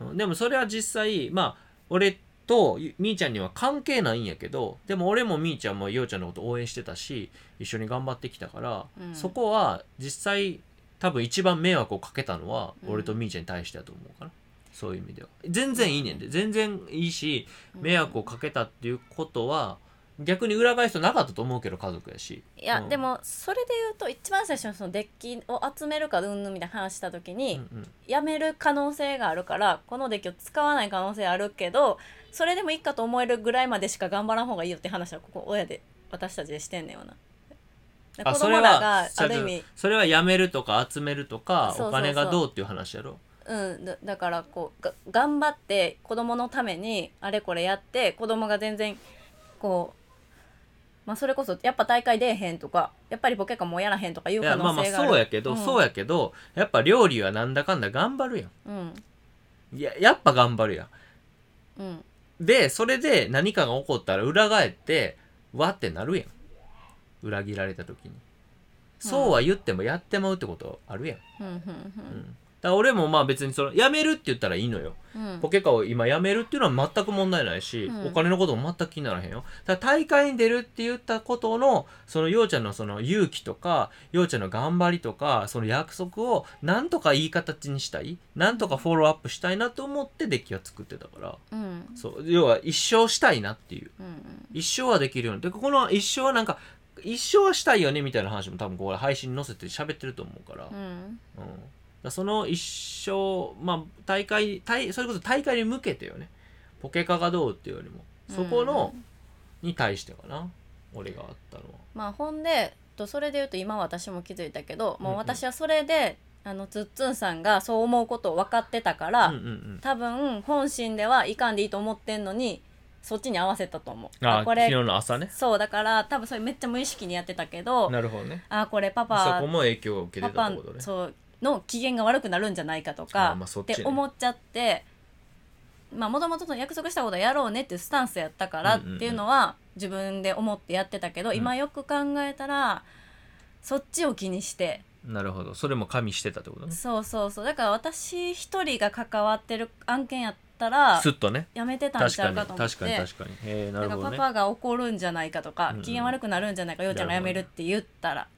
A: うんでもそれは実際まあ俺とみーちゃんには関係ないんやけどでも俺もみーちゃんもようちゃんのこと応援してたし一緒に頑張ってきたから、
B: うん
A: そこは実際多分一番迷惑をかけたのは
B: うん
A: 俺とみーちゃんに対してだと思うかな、そういう意味では全然いいねんで全然いいし迷惑をかけたっていうことは逆に裏返すとなかったと思うけど家族やし
B: いや、
A: うん
B: でもそれで言うと一番最初のそのデッキを集めるかうんぬんみたいな話した時
A: う
B: に、
A: んうん
B: やめる可能性があるからこのデッキを使わない可能性あるけどそれでもいいかと思えるぐらいまでしか頑張らん方がいいよって話はここ親で私たちでしてんねんよな。
A: あ
B: 子
A: それ
B: 供ら
A: は
B: がある意味
A: それはやめるとか集めるとか
B: そうそうそう
A: お金がどうっていう話やろ
B: うん、だだからこうが頑張って子供のためにあれこれやって子供が全然こう、まあ、それこそやっぱ大会出えへんとかやっぱりボケかもうやらへんとかい
A: い
B: う可
A: やまあま
B: 能
A: あ
B: 性がある
A: そうやけど、そうやけどやっぱ料理はなんだかんだ頑張るや
B: うん
A: んいややっぱ頑張るやん
B: うん
A: でそれで何かが起こったら裏返ってわってなるやん裏切られた時にそうは言ってもやってまうってことあるやん、
B: うんうん
A: うんだから俺もまあ別にそのやめるって言ったらいいのよ
B: うんうん
A: ポケカを今やめるっていうのは全く問題ないし、
B: うん
A: お金のことも全く気にならへんよだから大会に出るって言ったことのそのようちゃんのその勇気とかようちゃんの頑張りとかその約束をなんとかいい形にしたいなんとかフォローアップしたいなと思ってデッキは作ってたから
B: うん
A: そう要は一生したいなっていう
B: うん
A: 一生はできるようにでこの一生はなんか一生はしたいよねみたいな話も多分これ配信に載せて喋ってると思うから,、うん
B: うん
A: だからその一生まあ大会大それこそ大会に向けてよねポケカがどうっていうよりもそこの、に対してかな俺があったのは
B: まあほんでとそれで言うと今私も気づいたけども
A: ん
B: う
A: うん
B: 私はそれで、あのつっつんさんがそう思うことを分かってたから、
A: うんうんうん
B: 多分本心ではいかんでいいと思ってんのにそっちに合わせたと思う
A: あ
B: こ
A: 昨
B: れ
A: 日の朝ね
B: そうだから多分それめっちゃ無意識にやってたけど
A: なるほどね
B: あこれパ
A: そ
B: パ
A: こも影響を受け
B: パ
A: てたっ
B: パ
A: てことね
B: そうの機嫌が悪くなるんじゃないかと
A: あ
B: か
A: まあそっ
B: っ
A: ちね
B: て思っちゃってまあもともと約束したことやろうねっていうスタンスやったから
A: う
B: っ
A: んうんうん
B: ていうのは自分で思ってやってたけど、
A: ん
B: 今よく考えたらそっちを気にして
A: なるほどそれも加味してたってことね
B: そうそうそうだから私一人が関わってる案件やったら
A: すっとね
B: やめてたん
A: 確
B: ちゃ
A: か
B: う
A: に
B: か
A: 確
B: と
A: か
B: 思
A: に
B: って
A: 確かにえー、な
B: だ
A: る
B: か
A: ほ
B: ら
A: ど
B: パ
A: ね
B: パが怒るんじゃないかとか、
A: うんうん
B: 機嫌悪くなるんじゃないかようちゃんが
A: な
B: や
A: るほ
B: め
A: ど
B: るって言ったらだか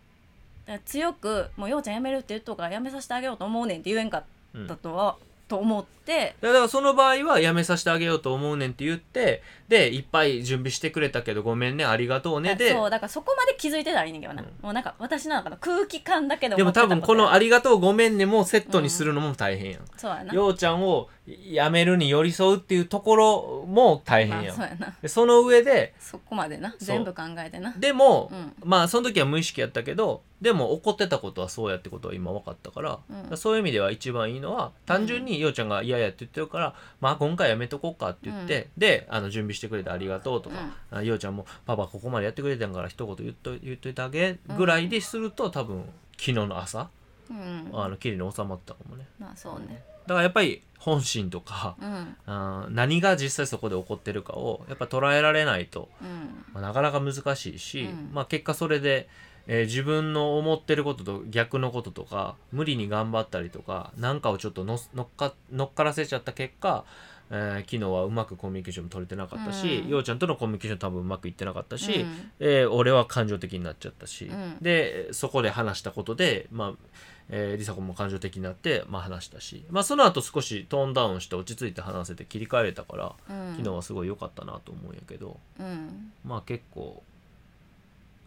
B: ら強く「もうようちゃんやめるって言っとくからやめさせてあげようと思うねん」って言えんか
A: うん
B: ったとは、と思って
A: だからその場合はやめさせてあげようと思うねんって言ってでいっぱい準備してくれたけどごめんねありがとうね
B: だから
A: で
B: そうだからそこまで気づいてたらいいねんけどな、
A: うん
B: もうなんか私の中の空気感だけで
A: で
B: 思
A: も
B: ってた
A: 多
B: とや
A: 分この「ありがとうごめんね」もセットにするのも大変やん、
B: そうやな
A: ようちゃんをやめるに寄り添うっていうところも大変
B: まあ
A: やん、
B: そうやな
A: でその上で
B: そこまでな
A: う
B: 全部考えてな
A: でも、
B: うん
A: まあその時は無意識やったけどでも怒ってたことはそうやってことは今分かったから,、
B: うん
A: そういう意味では一番いいのは単純にようちゃんが「嫌や」って言ってるから、まあ今回やめとこうかって言って、であの準備してくれてありがとうとか、あようちゃんも「パパここまでやってくれたんから一言言っと言っといてあげ」ぐらいですると多分昨日の朝
B: うん、うん、
A: あの綺麗に収まったかもね
B: まあそうね
A: だからやっぱり本心とか、
B: うん
A: あー何が実際そこで起こってるかをやっぱ捉えられないと、
B: うん
A: まあなかなか難しいし、
B: うん
A: まあ、結果それで、えー自分の思ってることと逆のこととか無理に頑張ったりとか何かをちょっとの乗っか乗っからせちゃった結果、えー昨日はうまくコミュニケーションも取れてなかったし、
B: うん
A: ようちゃんとのコミュニケーション多分うまくいってなかったし、
B: うん
A: えー俺は感情的になっちゃったし、
B: うん
A: でそこで話したことで、まあえー、梨紗子も感情的になって、まあ、話したし、まあ、その後少しトーンダウンして落ち着いて話せて切り替えれたから
B: うん、
A: 昨日はすごい良かったなと思うんやけど、
B: うん
A: まあ結構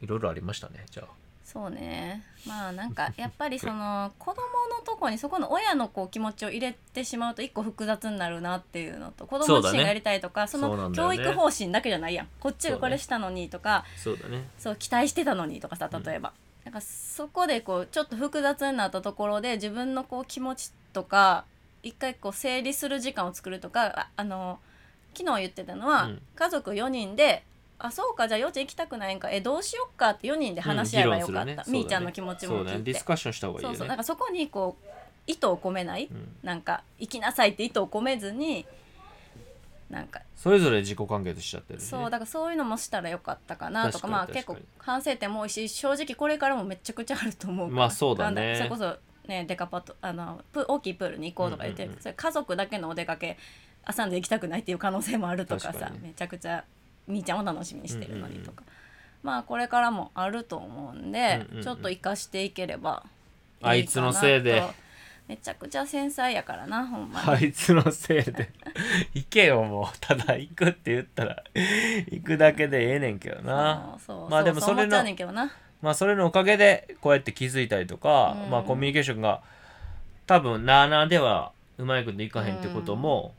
A: いろいろありましたねじゃあ。
B: そうねまあなんかやっぱりその子供のとこにそこの親のこう気持ちを入れてしまうと一個複雑になるなっていうのと子供
A: そうだ
B: 自
A: ね
B: 身がやりたいとかそ,、
A: そうなん
B: の
A: だよ
B: 教
A: ね
B: 育方針だけじゃないやん、こっちがこれしたのにとか
A: そうだね
B: そう、期待してたのにとかさ
A: うん
B: 例えば、なんかそこでこうちょっと複雑になったところで自分のこう気持ちとか一回こう整理する時間を作るとかああの昨日言ってたのは、
A: うん
B: 家族4人で「あそうかじゃあ幼稚園行きたくないんかえどうしよっか」って4人で話し合えばよかった、
A: うん議論するね
B: みーちゃんの気持ち
A: そう
B: も
A: だ
B: 聞
A: ね
B: い
A: デ
B: て
A: ィスカッションした方がいい
B: そ
A: よ
B: う
A: ね
B: そうなんかそこにこう意図を込めない、
A: うん
B: なんか「行きなさい」って意図を込めずになんか
A: それぞれ自己完結しちゃってるね
B: そうだからそういうのもしたらよかったかなと
A: 確か
B: か
A: に
B: まあ
A: 確かに
B: 結構反省点も多いし正直これからもめちゃくちゃあると思うから
A: まあそうだね
B: なんそれこそねデカパとあのプ大きいプールに行こうとか言ってる
A: うん
B: けど、
A: うんうん
B: それ家族だけのお出かけ朝んで行きたくないっていう可能性もあるとか
A: 確か
B: さ
A: にね
B: めちゃくちゃみーちゃんを楽しみにしてるのにとか、まあこれからもあると思うんで、
A: うんうんうん
B: ちょっと生かしていければいいかなと
A: あいつのせいで
B: めちゃくちゃ繊細やからなほんまに、
A: あいつのせいで行けよもうただ行くって言ったら行くだけでええねんけどな
B: そうそう
A: まあでも
B: そう
A: そ
B: 思
A: れ
B: っちゃう
A: の
B: ねんけどな
A: まあそれのおかげでこうやって気づいたりとか、
B: うん
A: まあコミュニケーションが多分なあなあではうまいこといかへんってことも、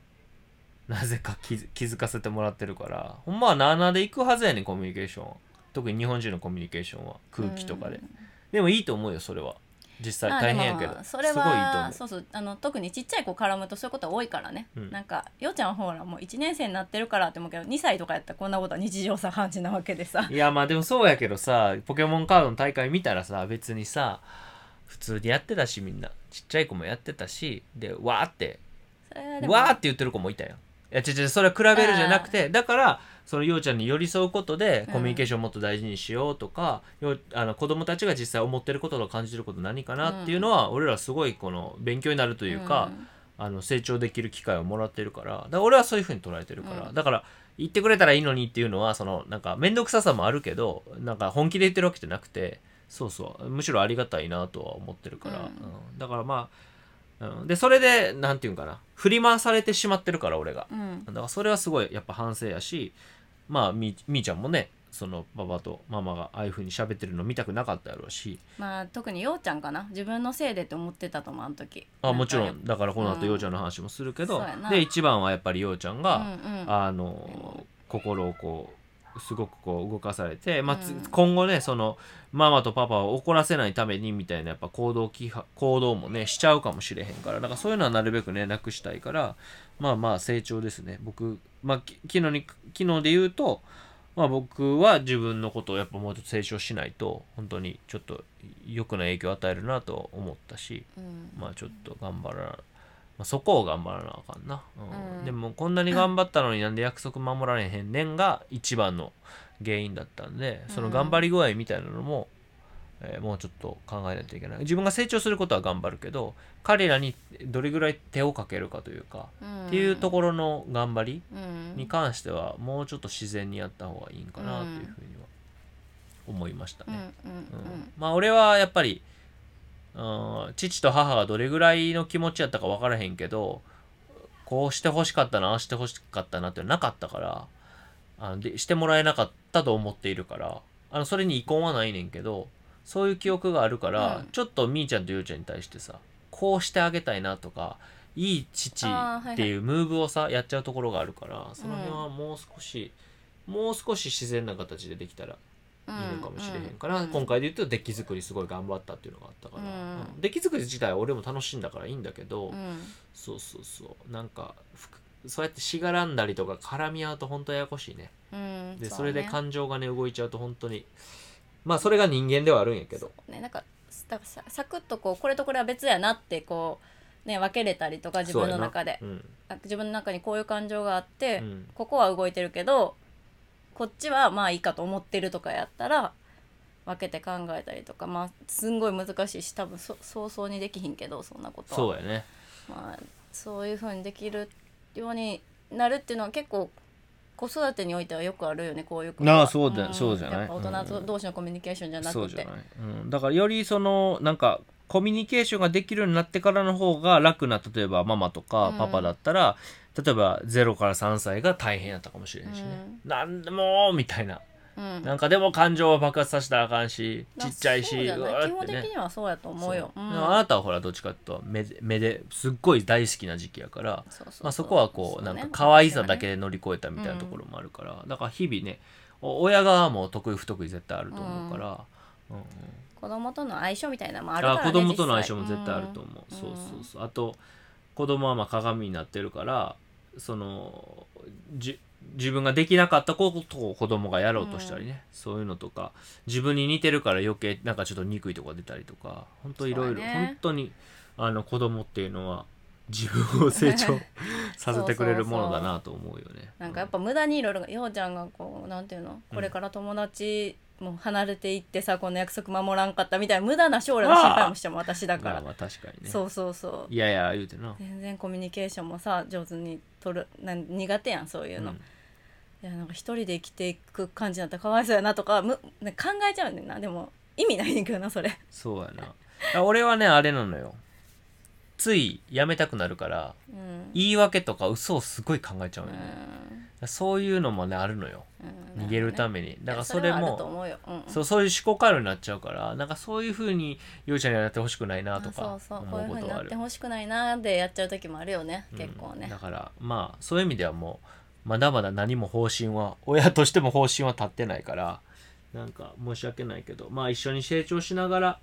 A: なぜか気づ気づかせてもらってるからほんまはなあなあで行くはずやねんコミュニケーション特に日本人のコミュニケーションは空気とかで、
B: うん
A: でもいいと思うよそれは実際
B: あ
A: 大変やけ
B: で
A: ど
B: も
A: す
B: そ
A: ごいい
B: れ
A: いと思
B: はそうそうあの特にちっちゃい子絡むとそういうことは多いからね、
A: うん
B: なんかようちゃんはほらもう1年生になってるからって思うけど2歳とかやったらこんなことは日常茶飯事なわけでさ
A: ういやまあでもそうやけどさポケモンカードの大会見たらさ別にさ普通にやってたしみんなちっちゃい子もやってたしでわーって
B: それはでも
A: わーって言ってる子もいたよいや違う違うそれは比べるじゃなくてだからそのようちゃんに寄り添うことで
B: うん
A: コミュニケーションをもっと大事にしようとか、ようあの子供たちが実際思ってることとか感じてること何かなっていうのは、俺らすごいこの勉強になるというか、あの成長できる機会をもらってるからだから俺はそういうふうに捉えてるから、
B: うん
A: だから言ってくれたらいいのにっていうのはそのなんか面倒くささもあるけどなんか本気で言ってるわけじゃなくてそうそうむしろありがたいなとは思ってるから、
B: うん
A: うんだからまあ、うんでそれでなんていうんかな振り回されてしまってるから俺が
B: うん、うん
A: だからそれはすごいやっぱ反省やしまあみみーちゃんもねそのパパとママがああいう風に喋ってるの見たくなかったやろうし
B: まあ特にようちゃんかな自分のせいでって思ってたと思うあの時
A: あもちろ
B: なんか
A: んだからこの
B: う
A: 後
B: ん
A: ようちゃんの話もするけど、
B: そうやな
A: で一番はやっぱりようちゃんが、
B: うんうん
A: あの心をこうすごくこう動かされて、まあつ
B: うん
A: 今後ねそのママとパパを怒らせないためにみたいなやっぱ行動規範行動もねしちゃうかもしれへんからだからそういうのはなるべくねなくしたいからまあまあ成長ですね僕、まあ、き昨日に昨日で言うと、まあ、僕は自分のことをやっぱもうちょっと成長しないと本当にちょっと良くない影響を与えるなと思ったし。
B: うん
A: まあちょっと頑張らな、まあ、そこを頑張らなあかんな、うん
B: うん
A: でもこんなに頑張ったのになんで約束守られへんねんが一番の原因だったんでその頑張り具合みたいなのも、えーもうちょっと考えないといけない自分が成長することは頑張るけど彼らにどれぐらい手をかけるかというか、っていうところの頑張り
B: うん
A: に関してはもうちょっと自然にやった方がいいんかなというふうには思いましたね。
B: うんうん
A: うんまあ俺はやっぱり、うん、父と母がどれぐらいの気持ちやったか分からへんけどこうしてほしかったなああしてほしかったなってなかったからあのでしてもらえなかったと思っているからあのそれに遺恨はないねんけどそういう記憶があるから、
B: うん
A: ちょっとみーちゃんとゆうちゃんに対してさこうしてあげたいなとかいい父
B: あーはいはい
A: っていうムーブをさやっちゃうところがあるからその辺はもう少し、もう少し自然な形でできたら
B: うん
A: いいのかもしれへんから、
B: うん
A: 今回で言うとデッキ作りすごい頑張ったっていうのがあったから、
B: うん
A: うんデッキ作り自体は俺も楽しいんだからいいんだけど、
B: うん
A: そうそうそうなんかふくそうやってしがらんだりとか絡み合うと本当ややこしいね
B: うん
A: で
B: う
A: それで
B: ね
A: 感情がね動いちゃうと本当にまあそれが人間ではあるんやけど
B: ねなんかだからさサクッとこうこれとこれは別やなってこうね分けれたりとか自分の中で
A: そうやな
B: あ自分の中にこういう感情があって、
A: うんうん
B: ここは動いてるけどこっちはまあいいかと思ってるとかやったら分けて考えたりとかまあすんごい難しいし多分そ早々にできひんけどそんなことは
A: そうやね
B: まあ、そういうふうにできるようになるっていうのは結構子育てにおいてはよくあるよねこういうことは
A: なあそうだそうじゃない
B: やっぱ大人と同士のコミュニケーションじゃなくて、
A: そうじゃない、うん、だからよりそのなんかコミュニケーションができるようになってからの方が楽な例えばママとか
B: うん
A: パパだったら、例えば0から3歳が大変やったかもしれんしね、なんでもーみたいな
B: うん
A: なんかでも感情を爆発させたらあかんし
B: ま
A: ち
B: あ
A: っちゃいし
B: そうじゃ
A: う
B: ない
A: わ
B: 基
A: ーっ
B: 本
A: て
B: 的
A: ね
B: にはそうやと思うよ。
A: そううんでもあなたはほらどっちかっていうと目で目ですっごい大好きな時期やから
B: そうそうそう
A: まあ、そこはこう
B: そ
A: な
B: ね
A: んか可愛さだけで乗り越えたみたいなところもあるから、だから日々ねお親側も得意不得意絶対あると思うから、うんうん
B: 子供との相性みたいなのもあるか
A: あ
B: ら、
A: 子
B: ね、
A: 供との相
B: 実際
A: 性も絶対あると思う、
B: うん
A: そうそうそうあと子供はまあ鏡になってるからそのじ自分ができなかったことを子供がやろうとしたりね、そういうのとか自分に似てるから余計なんかちょっと憎いとこが出たりとか本当いろい
B: そ
A: ろ
B: うだね
A: 本当にあの子供っていうのは自分を成 長させてくれるものだなと思うよね。
B: なんかやっぱ無駄にいろいろようちゃんがこうなんていうのこれから友達もう離れていってさこの約束守らんかったみたいな無駄な将来の心配もしても私だか
A: ま
B: ら
A: あ、まあ確かにね。
B: そうそうそう
A: いやいや言うてな。
B: 全然コミュニケーションもさ上手に取るなん苦手やんそういうの、
A: うん
B: いやなんか一人で生きていく感じになったらかわいそうやなとかむなんか考えちゃうんだよなでも意味ないねんけどなそれ
A: そうやなあ俺はねあれなのよついやめたくなるから
B: うん
A: 言い訳とか嘘をすごい考えちゃう
B: う
A: よね、
B: んそう
A: そういうのもねあるのよ
B: ん
A: 逃げるた
B: め
A: めに、だからそれ
B: はあると
A: も
B: 思うよ、うんうん
A: そうそういう思考回路になっちゃうからなんかそういうふうにようちゃんにはなってほしくないなと
B: あ
A: か
B: そうそうこうい
A: 思
B: う
A: うこと
B: 風に
A: は
B: な
A: あ
B: っ
A: る
B: てほしくないなーでやっちゃう時もあるよね、
A: うん
B: 結構ね
A: だからまあそういう意味ではもうまだまだ何も方針は親としても方針は立ってないからなんか申し訳ないけどまあ一緒に成長しながら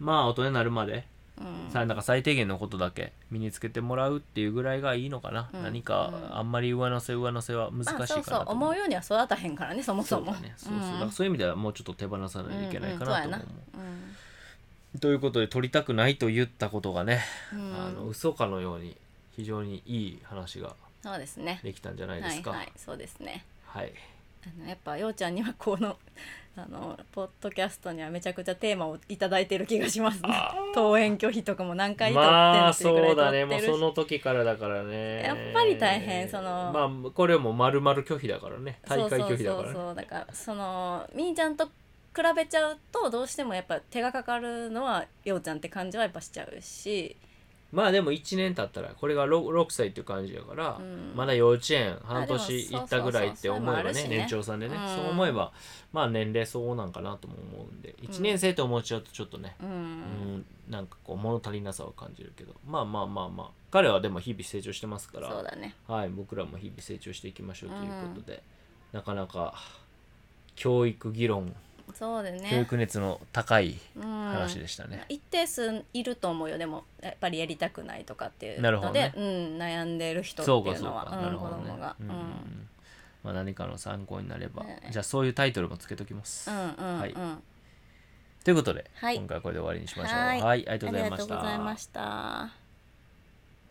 A: まあ大人になるまで
B: うん
A: さなんか最低限のことだけ身につけてもらうっていうぐらいがいいのかな、
B: うん
A: 何か
B: うん
A: あんまり上乗せ上乗せは難しいか
B: まあ
A: なと
B: そうそう思うようには育たへんからねそもそ
A: そ
B: も
A: うだねそうそう
B: うん
A: だからそういう意味ではもうちょっと手放さないといけないかなと思う,、
B: うんうんそうや
A: ということで取りたくないと言ったことがね、
B: なうん
A: あの
B: うん
A: 嘘かのように非常にいい話が
B: そうですね
A: できたんじゃないで
B: は
A: す
B: い
A: か
B: はいそうですね
A: はい
B: あのやっぱようちゃんにはこの あのポッドキャストにはめちゃくちゃテーマをいただいてる気がしますね
A: あー
B: 登園拒否とかも何回撮って
A: ま
B: んの
A: あ
B: っていうぐら
A: そ
B: いう
A: だね
B: 撮
A: も
B: っ
A: う
B: てる
A: そ
B: し
A: の時からだからね
B: やっぱり大変その
A: まあこれはもう丸々拒否だからね大会拒否だから
B: そうそうそう
A: ね
B: そうだからそのみーちゃんと比べちゃうとどうしてもやっぱ手がかかるのはようちゃんって感じはやっぱしちゃうし
A: まあでも1年経ったらこれが 6, 6歳っていう感じだから、
B: うん
A: まだ幼稚園半
B: あでも
A: 年
B: そう
A: 行ったぐらいって思えばね
B: そうそうそう
A: 年長さんでね、
B: うん
A: そう思えばまあ年齢そうなんかなとも思うんで1年生と思っちゃうとちょっとね、
B: うん、
A: うん、なんかこう物足りなさを感じるけどまあまあまあまあ彼はでも日々成長してますか
B: そう
A: ら、
B: だね
A: はい、僕らも日々成長していきましょうということで、なかなか教育議論、
B: そうだね
A: 教育熱の高い
B: うん
A: 話でしたね。
B: 一定数いると思うよでもやっぱりやりたくないとかっていう
A: なるほど
B: ので、
A: ね
B: うん、悩んでる人
A: そう
B: ってい
A: か
B: う
A: そう
B: のは
A: か、
B: うん
A: なる
B: 子
A: ほどね
B: 供が、。
A: うんうんうんまあ何かの参考になれば、
B: ね
A: じゃあそういうタイトルもつけときます。
B: うんうんうん、
A: はい
B: あ
A: ということで、
B: はい
A: 今回はこれで終わりにしましょう。
B: はい
A: はい、ありがとう
B: り
A: ござい
B: が
A: ま
B: とう
A: し
B: ござい
A: た
B: ま。した。